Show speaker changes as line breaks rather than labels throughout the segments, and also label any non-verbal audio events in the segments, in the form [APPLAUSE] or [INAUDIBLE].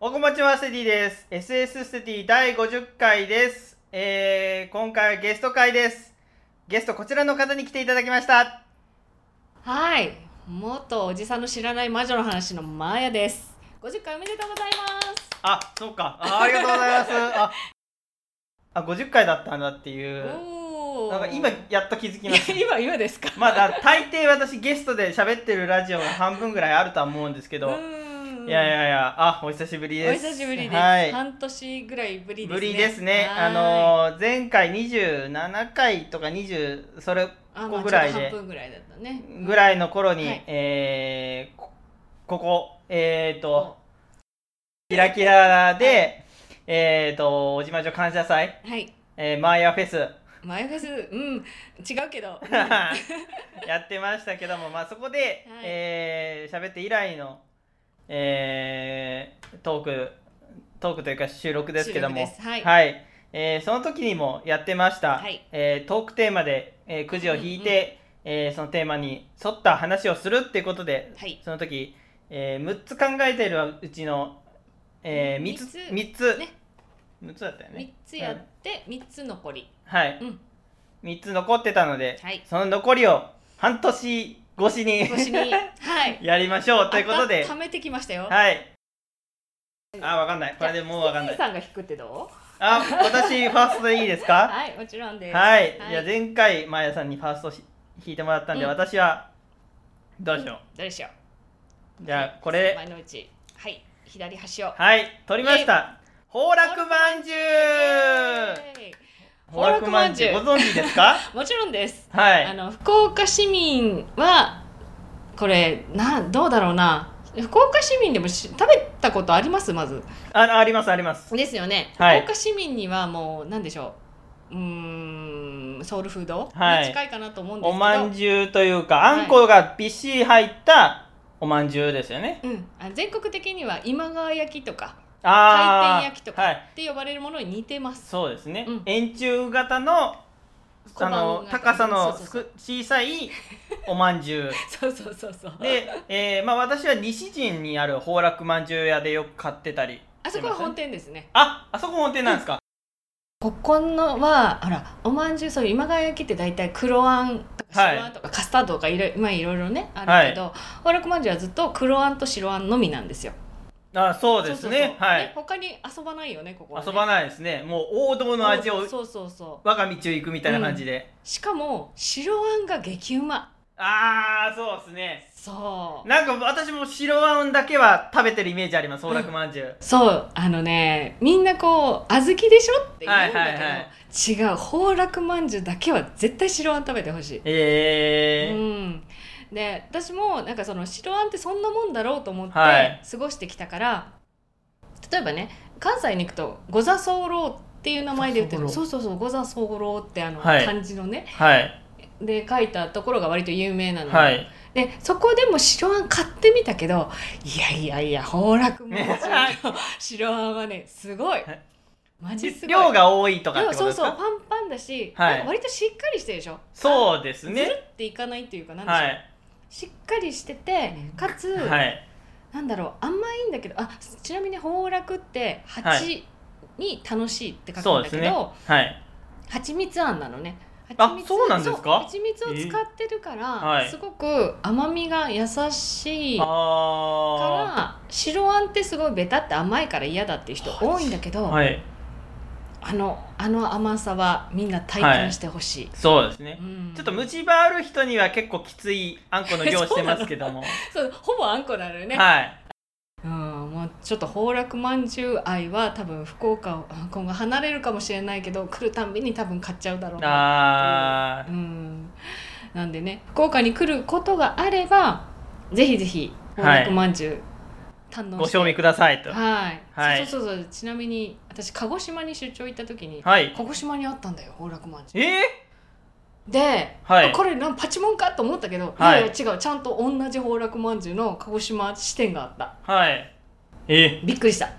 おこまちまステディです。SS ステディ第50回です。えー、今回はゲスト会です。ゲストこちらの方に来ていただきました。
はい、元おじさんの知らない魔女の話のマーヤです。50回おめでとうございます。
あ、そうか。あありがとうございます。あ、あ50回だったんだっていう。
おお。
なんか今
い
やっと気づきま
や
した。
[LAUGHS] 今今ですか。
まあ、だから大抵私ゲストで喋ってるラジオが半分ぐらいあるとは思うんですけ
う
ど、
ーん
いやいやいや、あ、お久しぶり
お
です。
久しぶりです。
はい。
半年ぐらいぶりですね。
ぶりですね。
はーい
あのー前回27回とか20それ
あ
こ
ま
こ
あ
ぐらい
ちょうど
で
半分ぐらいだったね。
ぐらいの頃に、
はい
えーこここえっ、と
お
キラキラで、えっ、とおじまじょ感謝祭、
はい。
えーマーヤフェス
[LAUGHS] マヤフェス、うん、違うけど。
やってましたけども、まあそこで、
はい
えー喋って以来の、えートークトークというか収録 [LAUGHS] ですけども、
収録ですはい
えーその時にもやってました、
はい
えートークテーマで、えーくじを引いて、えーそのテーマに沿った話をするっていうことで、
はい
その時、え6つ考えてるうちの、え3つ
三
3つ、
ね
6つだったよ
三
ね
つやって三つ残り。
はい、
うん
3つ残ってたので、
はい
その残りを半年越しに [LAUGHS]
腰にはい。
やりましょうということで
た貯めてきましたよ。
はいあわかんないこれでもうわかんな
じい
い
さんが引くってどう？
あ私ファーストでいいですか
[LAUGHS] はい、もちろんです。
はい、
はい
じゃあ前回マーヤさんにファーストし弾いてもらったんで、
うん
私はどうしよ
どうでしょう。
うじゃあこれ
前のうちはい左端を
はい取りました崩落まんじゅう
イエーイ
崩落まんじゅうご
崩
存知です
[LAUGHS]
か
もちろんです、
は
あ
い
の福岡市民はこれなんどうだろうな福岡市民でもし食べたことありますまず
あありますあります
ですよね、
はい
福岡市民にはもう何でしょううーんソウルフード
はい
に近いかなと思うんです
お
けど、
まんじゅうというか
い
あんこがびっしり入ったおまんじゅうですよね
うん、あ全国的には今川焼きとか回
あー
転焼きとか
はい
って呼ばれるものに似てます、
そうですね、
うん
円柱型の
小
あ
判
の
型
高さの
そう
す
そう
く小さいおまんじゅ
[LAUGHS]
う
そうそうそうそう
で、えーまあ、私は西陣にある崩落まんじゅう屋でよく買ってたり
あそこは本店ですね
ああそこ本店なんですか、
ここのはほらおまんじゅうそういう今川焼きって大体黒あんとか
はい
白あんとか、カスタードとかいろいろ,、まあ、いろいろねあるけど、ほらくまんじゅうはずっと黒あんと白あんのみなんですよ
あそうですね
そうそうそう
は
ね
い
他に遊ばないよねここはね、
遊ば
ない
ないですねもう王道の味を
そうそうそう
我が道を行くみたいな感じで、
しかも白あんが激うま
ああそうですね
そう
なんか私も白あんだけは食べてるイメージあります崩落まんじゅう
そうあのねみんなこう小豆でしょって言うんだけど、
はいはいはい
違う崩落まんじゅうだけは絶対白あん食べてほしい
えー
うん、で私もなんかその白あんってそんなもんだろうと思って
はい
過ごしてきたから、例えばね関西に行くと「ござ候っていう名前で売ってる
ござ
そうそうそう「ござ候ってあの
はい
漢字のね、
はい
で書いたところが割と有名なの、
はい
でそこでも白あん買ってみたけどいやいやいや崩落もんじゅう
[LAUGHS]
の白あんはねすごい
はい
マジすごい
量が多いとかってこと
そう
です
そうパン
か
パンだし、
はい
なんか割としっかりしてるでしょう
そうです
ずる
ね
っていかないっていうかなんでしょう、
はい
しっかりしててかつ、
はい
なんだろう甘いんだけどあちなみに崩落って
は
蜂に楽しいって書
そ
く
うんで
だ
す
け
ね
ど、
はい
蜂蜜あんなのね
あ
蜂蜜
そうなんですか
そう蜂蜜を使ってるから、
はい
すごく甘みが優しいか
あ
ら白あんってすごいベタって甘いから嫌だっていう人多いんだけど、
あはい
あのあの甘さはみんな体験してほしい、
そうですね
うん
ちょっと虫歯ある人には結構きついあんこの量してますけども
そうほぼあんこなのよね、
はい
うん、もうちょっと崩落まんじゅう愛は多分福岡をあ今後離れるかもしれないけど来るたんびに多分買っちゃうだろうな、
あ
う
ー
ん、なんでね福岡に来ることがあればぜひぜひ
はい
崩落まんじゅう堪能
ご
して、
賞味くださいと
はい、
はい
そうそうそうちなみに私鹿児島に出張行った時に、
はい
鹿児島にあったんだよ崩落まんじゅ
えー
うで、
はい
あこれなんパチモンかと思ったけど、
はい
いやいや違うちゃんと同じ崩落まんじゅうの鹿児島支店があった
はいえ
びっくりした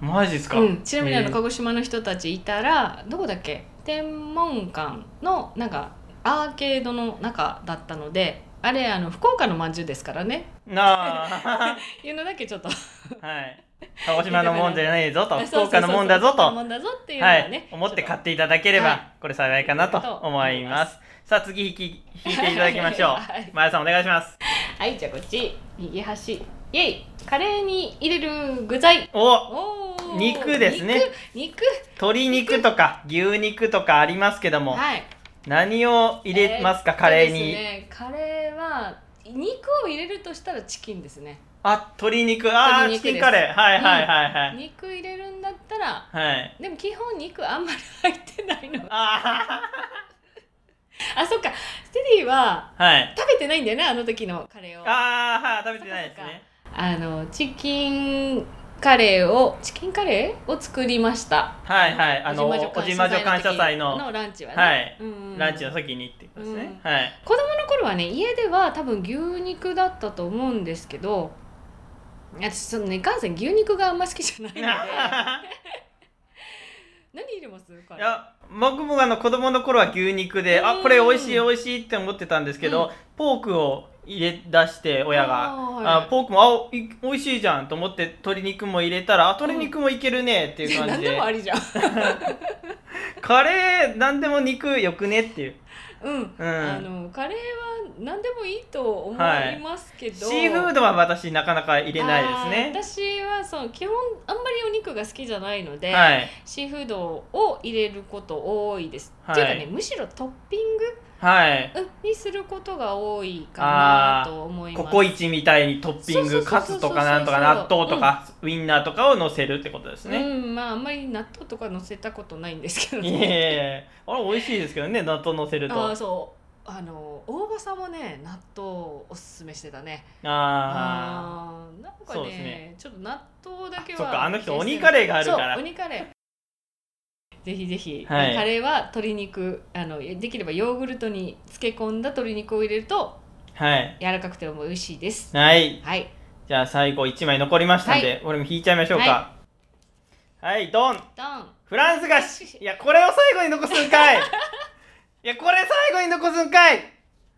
マジですか
うん、ちなみにあ
え
の
ー
鹿児島の人たちいたらどこだっけ天文館のなんかアーケードの中だったのであれあの福岡のまんじゅうですからね
なあ [LAUGHS]
いうのだけちょっと
はい鹿児島のもんじゃないぞと福岡のもんだ
[LAUGHS] そ
ぞ
うそう
と
そう福岡のもんだぞっていうの
は
はね、
い、思って買
ちょ
っていただければ、
はい
これ幸いかなと思います。さあ、次引き、引いていただきましょう。
[LAUGHS] はい
前田さん、お願いします。
とはいじゃあこっち右端イエイカレーに入れる具材
お
おー
肉ですね
肉
鶏肉とか牛肉とかありますけども、
肉はい
何を入れますか、カレー
そうで
に。
すねカレーは肉を入れるとしたらチキンですね
あ、鶏肉、あー、
鶏肉で
チ
す
キンカレー。はいはいはいはい。
肉入れるんだったら
はい。
でも基本肉あんまり入ってないの
あ
あそっかステディは
ー、はい。
食べてないんだよねあの時のカレーをあ
あー、はい、食べてないですね。
のチキンカレーをチキンカレーを作りました
はいはい。あの、
小
おじまじょ感謝祭の
ランチはね、
はい
うん
ランチの時にってことですね。はい。
子供の頃はね家では多分牛肉だったと思うんですけど私そのねいかんせん牛肉があんま好きじゃない
[LAUGHS]
ので何入れます
[LAUGHS] い
カレー
や僕もあの子供の頃は牛肉で、あ
うん
これ美味しい美味しいって思ってたんですけど、
うん
ポークを入れ出して親が。
はい
あポークもあおい美味しいじゃんと思って鶏肉も入れたらあ鶏肉もいけるねっていう感
[LAUGHS] 何
じで,、
でもありじゃん
カレー何でも肉よくねっていう、
うん
う
あ
ん、
のカレーは何でもいいと思い
はい
ますけ
シ
ど、
ーフードは私なかなか入れないです
あ
ね
ー私はその基本あんまりお肉が好きじゃないので、
はい
シーフードを入れること多いです、
はい
っていうかねむしろトッピング
はい
うんにすることが多いかなと思いま
コ
す
コイチみたいにトッピン
そう
グ
そうそう
カ
そう
ツとかなんとか納豆とか、ウインナーとかを乗せるってことですね、
うんまああんまり納豆とか乗せたことないんですけど
いえいえいえあれ美味しいですけどね納豆乗せると
あ
あ
あそうあの大場さんもね納豆をおすすめしてたね
あ
あーなんか
そう
ね
ですね
ちょっと納豆だけは
そっかあの人鬼カレーがあるから
そう鬼カレーぜひぜひ、
はい
カレーは鶏肉あのできればヨーグルトに漬け込んだ鶏肉を入れると
はい
柔らかくても美味しいです
はい
はい
じゃあ最後1枚残りましたんで、これも引いちゃいましょうかはい、ドン
ドン
フランス菓子いやこれを最後に残すんかいいやこれ最後に残すんかい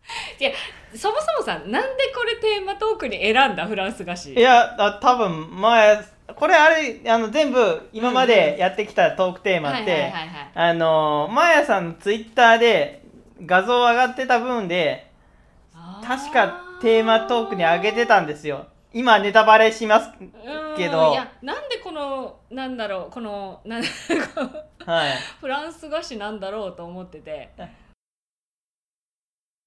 [LAUGHS] そもそもさなんでこれテーマトークに選んだフランス菓子
いやあ多分前これあれあの全部今までやってきたトークテーマ
は
っ
い
て、
はいはいはい
あのマヤさんのツイッターで画像上がってた分で確かテーマトークに上げてたんですよ今ネタバレします
うん
けど
いやなんでこのなんだろうこのなん
は
[LAUGHS]
い
フランス菓子なんだろうと思ってて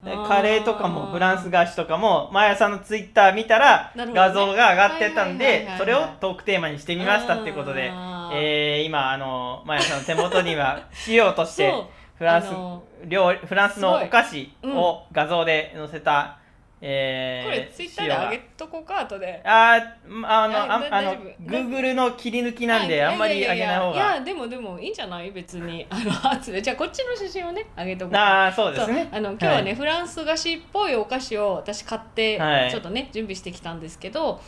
でカレーとか
あ
も
ー
フランス菓子とかもマヤさんのツイッター見たら
なるほどね
画像が上がってたん
はいはいはい
で
はい
それをトークテーマにしてみましたってことで、
あー
えー、今あのマヤさんの手元には資料として
そう
フランス
あの
料理フランスのお菓子
すごいうん
を画像で載せた、
これ
えー、
ツイッターで上げとこうか後で
あーんあのあ
あ
んあの
大丈夫
Google の切り抜きなんで
は
あんまり上げない方
いやいやいやい
が
やでもでもいいんじゃない
[LAUGHS]
別にあの後でじゃあこっちの写真をね上げとこう
ああそうで
そう
すね
あの今日はね、フランス菓子っぽいお菓子を私買って、
はい
ちょっとね準備してきたんですけど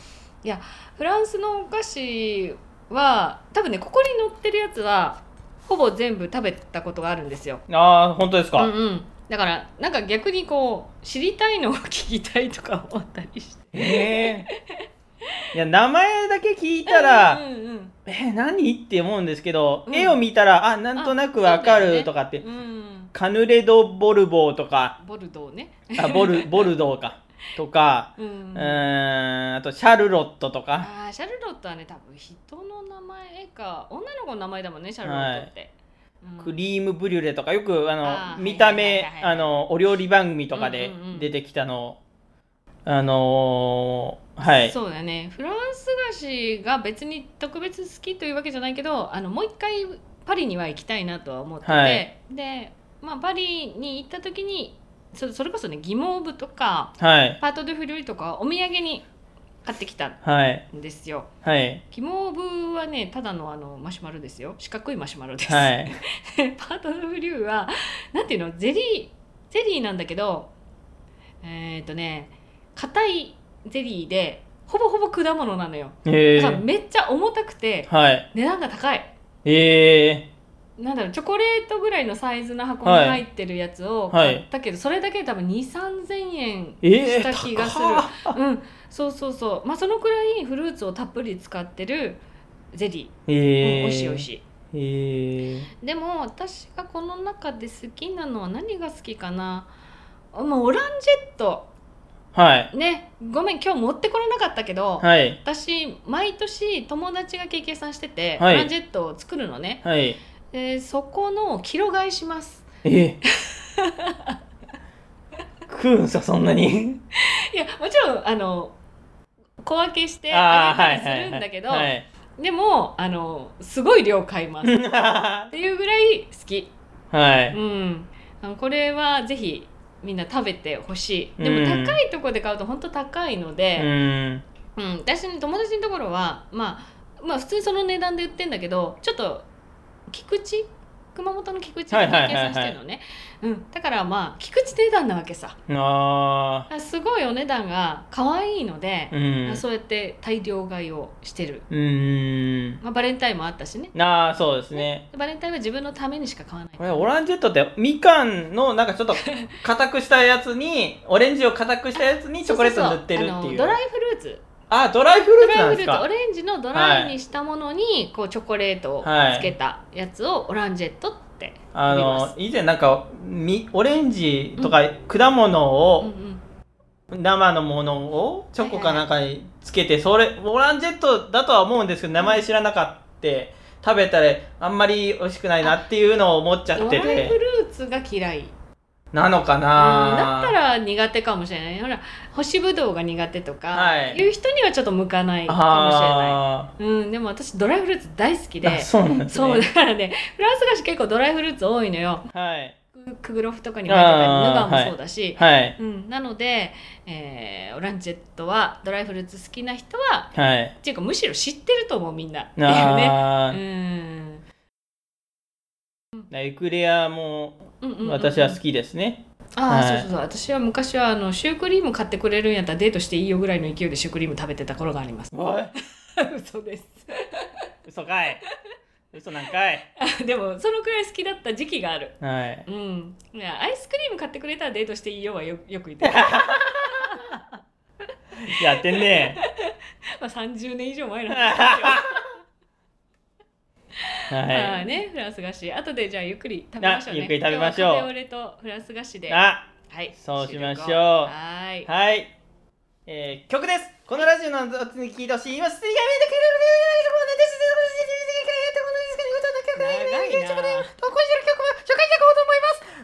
いやフランスのお菓子は多分ねここに載ってるやつはほぼ全部食べたことがあるんですよ。
ああ本当です
う
か、
んうん、だからなんか逆にこう知りたいのを聞きたいとか思ったりして。
ええいや名前だけ聞いたら、
うんうん
え何って思うんですけど、
うん
絵を見たらあなんとなくわか
あそうだよ
る
ね
とかって、
うんうん
カヌレ・ド・ボルボーとか
ボルドーね。
あボルボルドーかとか
うん
う
うん
ーんあとシャルロットとか
あーシャルロットはね多分人の名前か女の子の名前だもんねシャルロットって。うん
クリームブリュレとかよくあの
あー
見た
はい
目
はいはいはい
あのお料理番組とかで
うんうんうん
出てきたのを、あのーはい
そうだねフランス菓子が別に特別好きというわけじゃないけどあのもう一回パリには行きたいなとは思ってて、
はい
で、まあ、パリに行った時にそそれこそねギモーブとか
はい
パート・ドゥ・フルイとかお土産に買ってきた
はい
んですよ
はい
ギモーブはねただのあのマシュマロですよ四角いマシュマロです、 [LAUGHS]
はい
パート・ドゥ・フルイはなんていうのゼリーゼリーなんだけどえっ、とね硬いゼリーでほぼほぼ果物なのよ
え
だから
ー、
めっちゃ重たくて
はい
値段が高い
え
なんだろうチョコレートぐらいのサイズの箱に入ってるやつを
はいはい
買ったけど、それだけで多分2 3 0円
えー、
した気がする、
高っ
うんそうそうそうまあそのくらいフルーツをたっぷり使ってるゼリ
え
ー、う
ー、
ん美味しい美味し
えー、
いでも私がこの中で好きなのは何が好きかなあまあオランジェット
はい
ねごめん今日持ってこれなかったけど、
はい
私毎年友達がケーキ屋さんしてて、
はい
オランジェットを作るのね
はい
でそこのキロ買いします
えー、食うんさそんなに
いやもちろんあの小分けして
あ
あ
ーは
げ
い
た
は
りす
い
るんだけど、
はい
でもあのすごい量買いますっ
は
ていうぐらい好き
い
うんあのこれはぜひみんな食べてほしいで
う
も
ん
高いところで買うと本当高いの
う
で、
ーん
うん私の友達のところは、まあ、まあ普通にその値段で売ってんだけどちょっと菊池熊本の菊池
は
が
いはいはいはい
計算してるのね、うん、だからまあ菊池値段なわけさ
あ
あすごいお値段が可愛いので
ー、うん
あそうやって大量買いをしてる、
うーん
まあ、バレンタインもあったしね
ああそうですね
バレンタインは自分のためにしか買わない
これオランジェットってみかんのなんかちょっと硬くしたやつにオレンジを硬くしたやつにチョコレートを塗ってるって
そそそあ
い
の
う
ドライフルーツ
あドライフル
ド
ーツ
ラ
なん
イ
で
フ
す
ルーツオ
か
レンジのドライにしたものに、こうチョコレートを
はい
つけたやつをオランジェットって、
あ
見ま
の以前なんかみオレンジとか果物
うん
を、
うん、
生のものをチョコかなんかにつけてそれオランジェットだとは思うんですけど名前知らなかった食べたらあんまり美味しくないなっていうのを思っちゃ
ド
っ
ラ
て
イフ
て
ルーツが嫌い、うん、
なのか
だった
な
ら苦手かもしれないほら干しぶどうが苦手とか、
はい
いう人にはちょっと向かないかも
あ
しれない、うん、でも私ドライフルーツ大好き
ーあ
で
そうなんです
そう
ね
だからねフランス菓子結構ドライフルーツ多いのよ
はい
ククグロフとかにも入ってたりヌ
あ
ガ
ー
もそうだし、
はい
うん、なので、えーオランジェットはドライフルーツ好きな人は
はい
っていうかむしろ知ってると思うみんなっていうね
あ
う
ー
ん
エクレアも
うんうんうん
私は好きですね。
ああ、
はい
そうそうそう私は昔はあのシュークリーム買ってくれるんやったらデートしていいよぐらいの勢いでシュークリーム食べてた頃があ
[LAUGHS]
ります
おい、
嘘です
嘘かい。嘘なんかい。
あ [LAUGHS] でもそのくらい好きだった時期がある
はい。
うんいやアイスクリーム買ってくれたらデートしていいよはよよく言ってる [LAUGHS]
やってんね。
まあ30年以上前なんですけどまあ
は
ね、フランス菓子。後でじゃあゆっくり食べましょうね。
あゆっくり食べましょう
今日はカフェオレとフランス菓子
い。
で。は
あ、
い。
そうしましょう
終了はーい。
はい。えー、曲です。このラジオの後に聴いてほしい。今、すいが見えてくれる。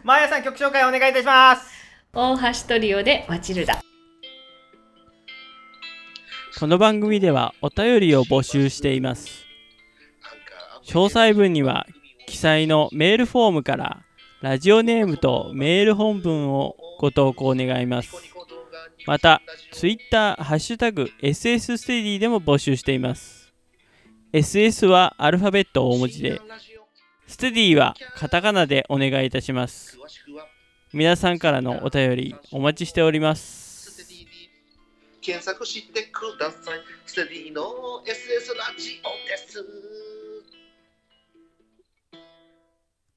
マーヤさん曲紹介お願いいたします
大橋トリオでマチルダ。
この番組ではお便りを募集しています詳細文には記載のメールフォームからラジオネームとメール本文をご投稿願いますまたツイッターハッシュタグ SS ステディでも募集しています SS はアルファベット大文字でステディはカタカナでお願いいたします皆さんからのお便りお待ちしております
ステディに検索してください。ステディの SS ラジオです。